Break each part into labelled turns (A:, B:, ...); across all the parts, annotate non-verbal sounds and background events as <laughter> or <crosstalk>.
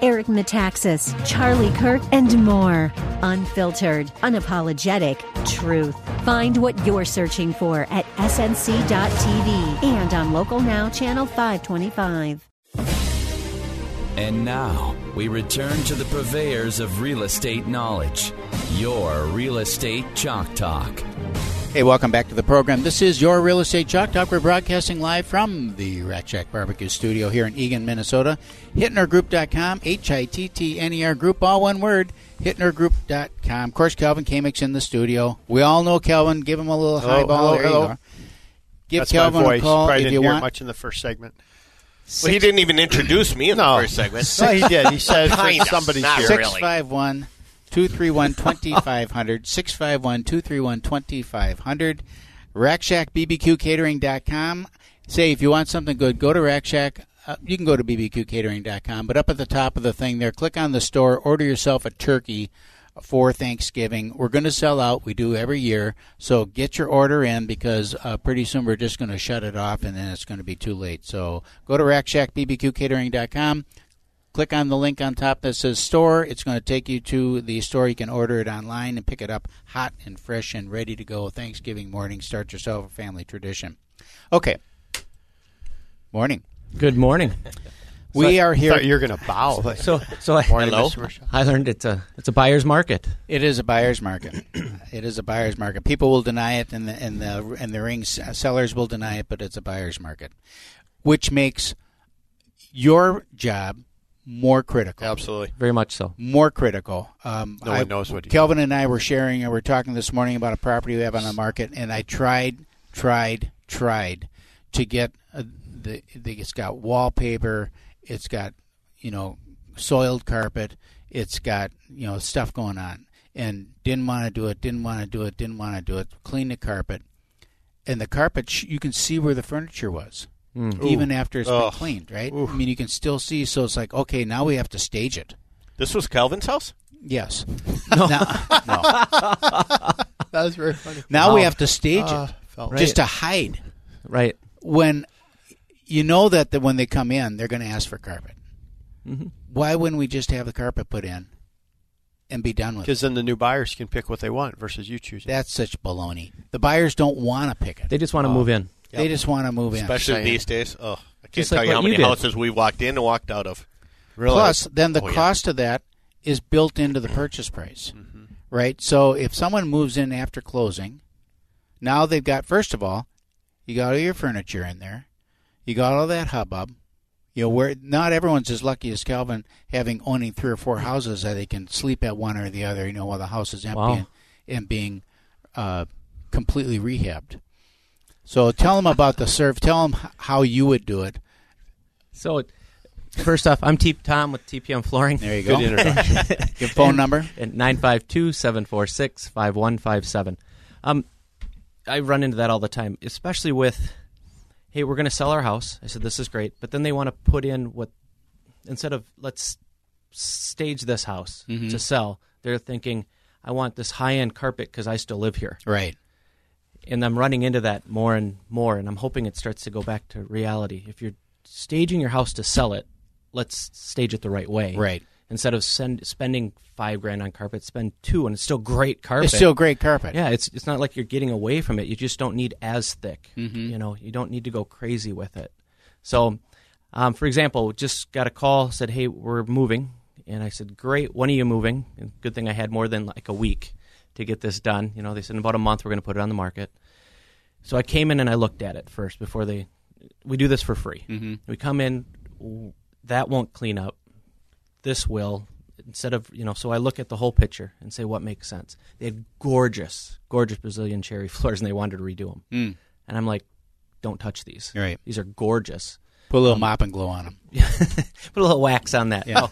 A: Eric Metaxas, Charlie Kirk, and more. Unfiltered, unapologetic truth. Find what you're searching for at snc.tv and on Local Now Channel 525.
B: And now we return to the purveyors of real estate knowledge, your real estate chalk talk.
C: Hey, welcome back to the program. This is your Real Estate Chalk Talk. We're broadcasting live from the Rat Shack Barbecue Studio here in Eagan, Minnesota. HittnerGroup.com, H I T T N E R Group, all one word, HittnerGroup.com. Of course, Calvin Kamick's in the studio. We all know Calvin. Give him a little
D: Hello,
C: highball.
D: hello,
C: there you
D: hello.
C: go. Give
D: That's
C: Calvin
D: my voice.
C: a call
D: Probably
C: if
D: didn't
C: you
D: hear it
C: want.
D: much in the first segment.
E: Well, he didn't even introduce me in
D: No.
E: the first segment.
D: No, he did. He said
E: Kinda.
D: that somebody's
E: Not
D: here.
E: really.
C: 651
E: <laughs>
C: 231 2500. 651 231 2500. RackShackBBQCatering.com. Say, if you want something good, go to Rack Shack. Uh, you can go to bbqcatering.com, but up at the top of the thing there, click on the store, order yourself a turkey for Thanksgiving. We're going to sell out. We do every year. So get your order in because uh, pretty soon we're just going to shut it off and then it's going to be too late. So go to RackShackBBQCatering.com click on the link on top that says store. It's going to take you to the store. You can order it online and pick it up hot and fresh and ready to go Thanksgiving morning. Start yourself a family tradition. Okay. Morning.
F: Good morning.
C: We are
D: Thought
C: here.
D: you were going to bow. Like,
F: So, so I,
D: Morning, Hello. Mr. Marshall.
F: I learned it's a it's a buyer's market.
C: It is a buyer's market. It is a buyer's market. People will deny it, and the and the and the ring s- sellers will deny it, but it's a buyer's market, which makes your job more critical.
D: Absolutely.
F: Very much so.
C: more critical. Um,
D: No
C: I-
D: one knows what he-
C: Kelvin and I were sharing and we are talking this morning about a property we have on the market, and I tried, tried, tried to get uh the, the. It's got wallpaper. It's got you know soiled carpet. It's got you know stuff going on, and didn't want to do it. Didn't want to do it. Didn't want to do it. Clean the carpet, and the carpet sh- you can see where the furniture was.
D: Hmm.
C: Even after it's been
E: Ugh.
C: cleaned, right? I mean, you can still see. So it's like, okay, now we have to stage it.
E: This was Calvin's house?
C: Yes. <laughs> No. Now,
D: <laughs> That was very funny. Uh,
C: now we have to stage it
D: felt
C: just to hide.
F: Right.
C: When you know that the, when they come in, they're going to ask for carpet.
D: Mm-hmm.
C: Why wouldn't we just have the carpet put in and be done with it?
D: Because then the new buyers can pick what they want versus you choosing.
C: That's such baloney. The buyers don't want to pick it.
F: They just want to move in.
C: They just want to move in.
E: Especially
D: Diane.
E: these days. Oh, I can't
F: Just
E: tell
F: like
E: you how
F: what you
E: many
F: did.
E: houses we walked in and walked out of.
D: really?
C: Plus, then the
E: Oh, yeah.
C: cost of that is built into the purchase price, right? So if someone moves in after closing, now they've got first of all, you got all your furniture in there, you got all that hubbub. You know, where not everyone's as lucky as Calvin, having owning three or four houses that they can sleep at one or the other. You know, while the house is empty
F: Wow.
C: and, and being uh, completely rehabbed. So tell them about the serve. Tell them how you would do it.
F: So, first off, I'm T- Tom with TPM Flooring.
C: There you
D: Good
C: go.
D: introduction.
C: Your phone number.
F: <laughs> at 952-746-5157. Um, I run into that all the time, especially with, hey, we're going to sell our house. I said, this is great. But then they want to put in what, instead of let's stage this house to sell, they're thinking, I want this high-end carpet because I still live here.
C: Right.
F: And I'm running into that more and more, and I'm hoping it starts to go back to reality. If you're staging your house to sell it, let's stage it the right way
C: Right.
F: instead of send, spending five grand on carpet, spend two, and it's still great carpet.
C: It's still great carpet.
F: yeah. It's it's not like you're getting away from it. You just don't need as thick. You know, you don't need to go crazy with it. So, um, for example, just got a call said, "Hey, we're moving," and I said, "Great, when are you moving?" And good thing I had more than like a week to get this done. You know, they said in about a month we're going to put it on the market. So I came in and I looked at it first before they. We do this for free. We come in, w- that won't clean up. This will instead of you know. So I look at the whole picture and say what makes sense. They had gorgeous, gorgeous Brazilian cherry <laughs> floors, and they wanted to redo them. Mm. And I'm like, don't touch these.
C: Right.
F: These are gorgeous. <laughs>
C: Put a little mop and glow on them.
F: Put a little wax on that. Oh.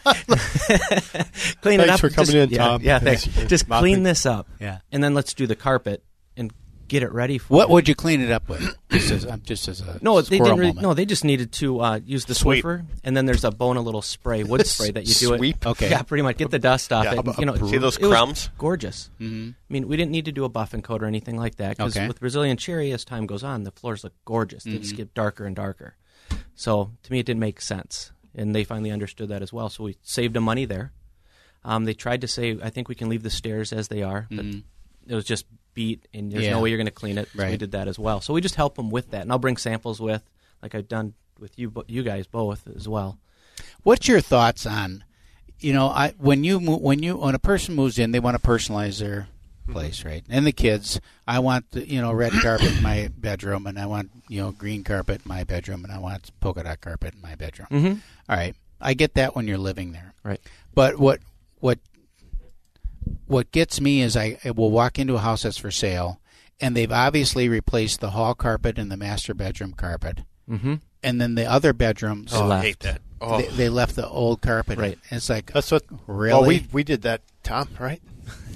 F: <laughs> clean it
D: Thanks
F: up.
D: for coming
F: Just-
D: in,
F: yeah,
D: Tom.
F: Yeah, thanks.
D: Thanks.
F: Just
D: Mopping.
F: clean this up.
C: Yeah.
F: And then let's do the carpet and get it ready for
C: What
F: it.
C: would you clean it up with? just as, I'm just as a
F: No, they
C: squirrel
F: didn't. Really,
C: moment.
F: no, they just needed to uh, use the
E: Sweep.
F: Swiffer, and then there's a bone, a little spray, wood spray that you do it.
D: Sweep?
C: Okay.
F: Yeah, pretty much. Get the dust off
E: Yeah.
F: it. and, You know,
E: See those
F: it was
E: crumbs?
F: gorgeous. Mm-hmm. I mean, we didn't need to do a buff and coat or anything like that because
C: Okay.
F: with Brazilian cherry, as time goes on, the floors look gorgeous. They just get darker and darker. So to me, it didn't make sense, and they finally understood that as well. So we saved them money there. Um, they tried to say, I think we can leave the stairs as they are, but it was just beat, and there's
C: Yeah.
F: no way you're going to clean it. So we
C: Right.
F: did that as well. So we just help them with that, and I'll bring samples with, like I've done with you, bo- you guys both as well.
C: What's your thoughts on, you know, I when you mo- when you when a person moves in, they want to personalize their
F: Mm-hmm.
C: place, right? And the kids, I want the, you know red carpet in my bedroom, and I want you know green carpet in my bedroom, and I want polka dot carpet in my bedroom.
F: Mm-hmm.
C: All right, I get that when you're living there,
F: Right.
C: but what what what gets me is I, I will walk into a house that's for sale, and they've obviously replaced the hall carpet and the master bedroom carpet, mm-hmm. and then the other bedrooms
E: I hate that. Oh,
C: they, they left the old carpet.
F: Right.
C: And it's like
D: That's what.
C: really.
D: Well, we we did that, Tom. Right?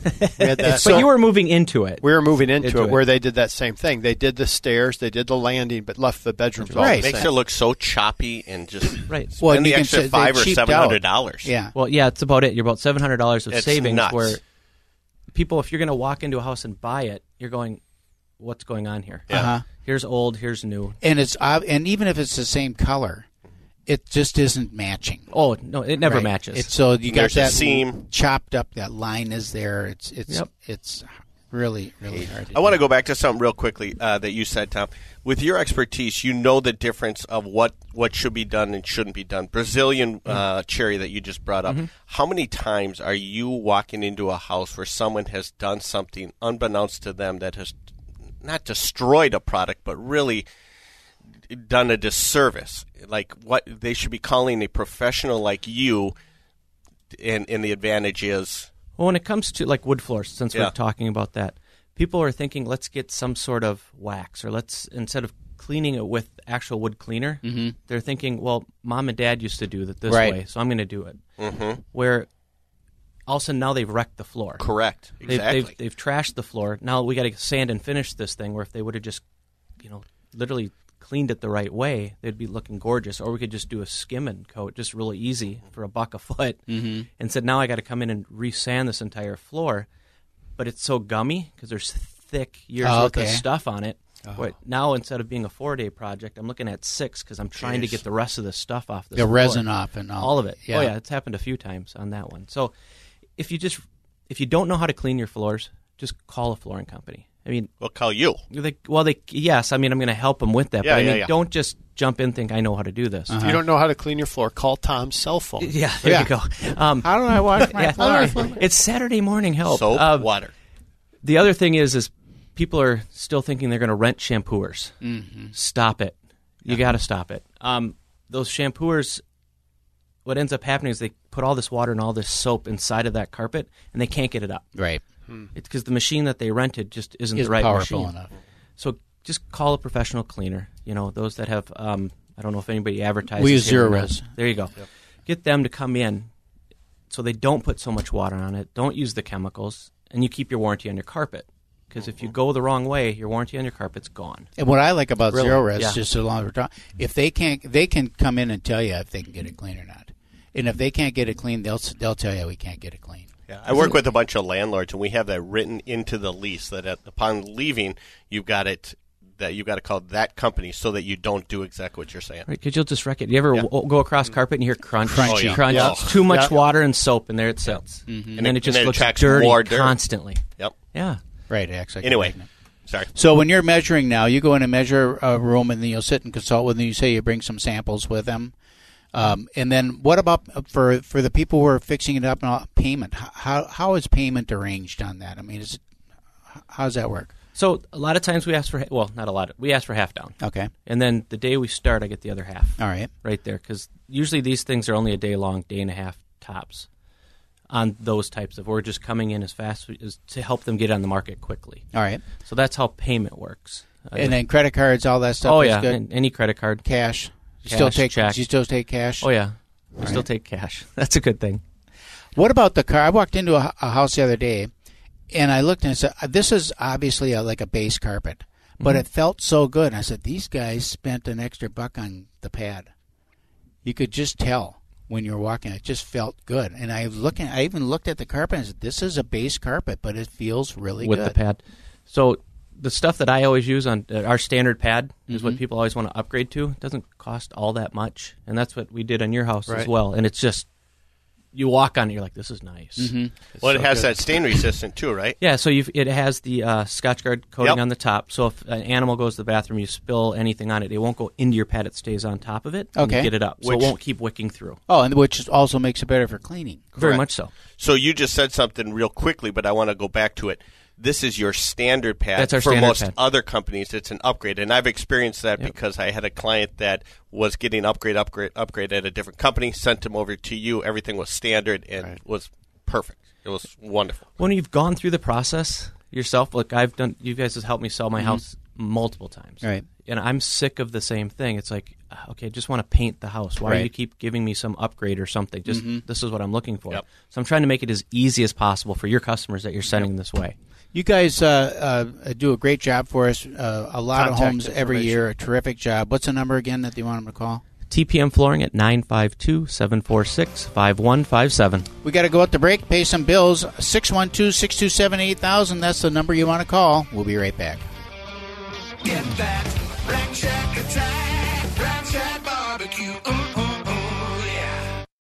D: we had that.
F: but you were moving into it.
D: we were moving into,
F: Into
D: it,
F: it.
D: where they did that same thing. They did the stairs, they did the landing, but left the bedrooms all
C: Right.
D: the
E: makes
D: same.
E: it look so choppy and just
F: Right.
C: Well,
E: spend
C: you
E: the
C: can
E: extra
C: say they
E: five or
C: cheaped
E: seven hundred dollars.
C: yeah.
F: Well, yeah, it's about it. You're about seven hundred dollars of
E: It's
F: savings.
E: nuts.
F: Where people, if you're going to walk into a house and buy it, you're going, what's going on here?
C: Uh-huh.
F: Here's old. Here's new.
C: And it's ob- and even if it's the same color, it just isn't matching.
F: Oh no, it never
C: Right.
F: matches.
C: It's so you got
E: There's a
C: that
E: seam.
C: chopped up. That line is there. It's it's
F: Yep.
C: it's really really hard.
E: I want to go back to something real quickly uh, that you said, Tom. With your expertise, you know the difference of what, what should be done and shouldn't be done. Brazilian
C: Mm-hmm.
E: uh, cherry that you just brought up. How many times are you walking into a house where someone has done something unbeknownst to them that has not destroyed a product, but really done a disservice? Like what they should be calling a professional like you, and, and the advantage is
F: well, when it comes to like wood floors, since
E: Yeah.
F: we're talking about that, people are thinking, let's get some sort of wax, or let's instead of cleaning it with actual wood cleaner, they're thinking, well, mom and dad used to do it this
C: Right.
F: way, so I'm going to do it. Mm-hmm. Where all of a sudden now they've wrecked the floor.
E: correct.
F: They've,
E: Exactly.
F: they've, they've trashed the floor. Now we got to sand and finish this thing. Where if they would have just, you know, literally cleaned it the right way, they'd be looking gorgeous. Or we could just do a skim and coat, just really easy for a buck a foot. Mm-hmm. And said, now I got to come in and re-sand this entire floor, but it's so gummy because there's thick years
C: Oh,
F: worth
C: okay. Oh.
F: of stuff on it. But now instead of being a four-day project, I'm looking at six because I'm trying to get the rest of this stuff off. This
C: the
F: floor
C: resin off and all,
F: all of it.
C: Yeah.
F: Oh yeah, it's happened a few times on that one. So if you just if you don't know how to clean your floors, just call a flooring company. I mean,
E: we'll call you.
F: they, well, they yes, I mean, I'm going to help them with that,
E: Yeah,
F: but I
E: yeah,
F: mean,
E: yeah.
F: don't just jump in think I know how to do this.
D: If you don't know how to clean your floor, call Tom's cell phone.
F: Yeah, there you go. Um,
C: How do <laughs> I wash my
F: yeah,
C: floor?
F: it's Saturday morning help.
E: Soap,
F: Uh,
E: Oh, water.
F: the other thing is, is people are still thinking they're going to rent shampooers.
C: Mm-hmm.
F: Stop it! You got to stop it. Um, those shampooers. What ends up happening is they put all this water and all this soap inside of that carpet, and they can't get it up.
C: Right.
F: It's because the machine that they rented just isn't
C: Mm. Is
F: the right
C: powerful
F: machine.
C: enough.
F: So just call a professional cleaner. You know those that have. Um, I don't know if anybody advertises.
C: We use
F: here or
C: Zero
F: not.
C: Res.
F: There you go. Get them to come in, so they don't put so much water on it. Don't use the chemicals, and you keep your warranty on your carpet. Because if
E: Mm-hmm.
F: you go the wrong way, your warranty on your carpet's gone.
C: And what I like about
F: Really?
C: zero res,
F: Yeah.
C: just so long as we're talking, if they can't, they can come in and tell you if they can get it clean or not. And if they can't get it clean, they'll s- they'll tell you we can't get it clean.
E: I work with a bunch of landlords, and we have that written into the lease that at, upon leaving, you've got it that you've got to call that company so that you don't do exactly what you're saying.
F: Right? Because you'll just wreck it. You ever w- go across carpet and you hear crunch,
C: Crunchy.
E: Oh, yeah.
F: crunch?
E: Yeah.
F: It's too much
D: Yeah.
F: water and soap, and there it sits. And, then
E: it-
F: it just
E: and it
F: looks
E: attracts
F: dirty
E: more dirt.
F: constantly.
E: Yep.
F: Yeah.
C: Right. Actually.
E: Anyway, sorry.
C: So when you're measuring now, you go in and measure a room, and then you'll sit and consult with them. You say you bring some samples with them, um, and then what about for for the people who are fixing it up and all, payment? How- How how is payment arranged on that? I mean, is it, how does that work?
F: So a lot of times we ask for ha- well, not a lot. We ask for half down,
C: Okay,
F: and then the day we start, I get the other half
C: all right,
F: right there because usually these things are only a day long, day and a half tops on those types of. We're just coming in as fast as to help them get on the market quickly.
C: all right,
F: So that's how payment works. Uh,
C: and then credit cards, all that stuff.
F: oh
C: is
F: yeah,
C: good.
F: and any credit card.
C: cash. You
F: Cash,
C: still take
F: check.
C: you still take cash.
F: Oh yeah, we still take cash. <laughs> That's a good thing.
C: What about the car? I walked into a, a house the other day, and I looked and I said, uh, "This is obviously a, like a base carpet, but
F: Mm-hmm.
C: it felt so good." And I said, "These guys spent an extra buck on the pad. You could just tell when you're walking; it just felt good." And I looking, I even looked at the carpet and I said, "This is a base carpet, but it feels really
F: with
C: good."
F: the pad. So the stuff that I always use on uh, our standard pad is
E: Mm-hmm.
F: what people always want to upgrade to. It doesn't cost all that much, and that's what we did on your house as
D: Right.
F: well. And it's just you walk on it, you're like, this is nice.
E: Well, it has that stain resistant too, right?
F: Yeah, so you've, it has the uh, Scotch Guard coating
E: Yep.
F: on the top. So if an animal goes to the bathroom, you spill anything on it, it won't go into your pad. It stays on top of it. and you
C: Okay.
F: get it up, so
E: Which-
F: it won't keep wicking through.
C: Oh, and which also makes it better for cleaning.
F: Very
E: Correct.
F: much so.
E: So you just said something real quickly, but I want to go back to it. This is your standard pad.
F: That's our
E: For
F: standard
E: most
F: pad.
E: other companies, it's an upgrade, and I've experienced that because I had a client that was getting upgrade, upgrade, upgrade at a different company. Sent them over to you. Everything was standard and was perfect. It was wonderful.
F: When you've gone through the process yourself, look, I've done. You guys have helped me sell my house multiple times,
C: Mm-hmm. Right.
F: And I'm sick of the same thing. It's like, uh, okay, I just want to paint the house. Why do you
C: Right. Mm-hmm.
F: keep giving me some upgrade or something? Just this is what I'm looking for. So I'm trying to make it as easy as possible for your customers that you're sending this way.
C: You guys uh, uh, do a great job for us. Uh, a lot of
E: Contact
C: homes every
E: information.
C: year, a terrific job. What's the number again that you want them to call?
F: TPM Flooring at 952 746 5157.
C: We got to go out to break, pay some bills. 612 627 8000. That's the number you want to call. We'll be right back.
G: Get that Rack Shack attack. Rack Shack barbecue. Ooh,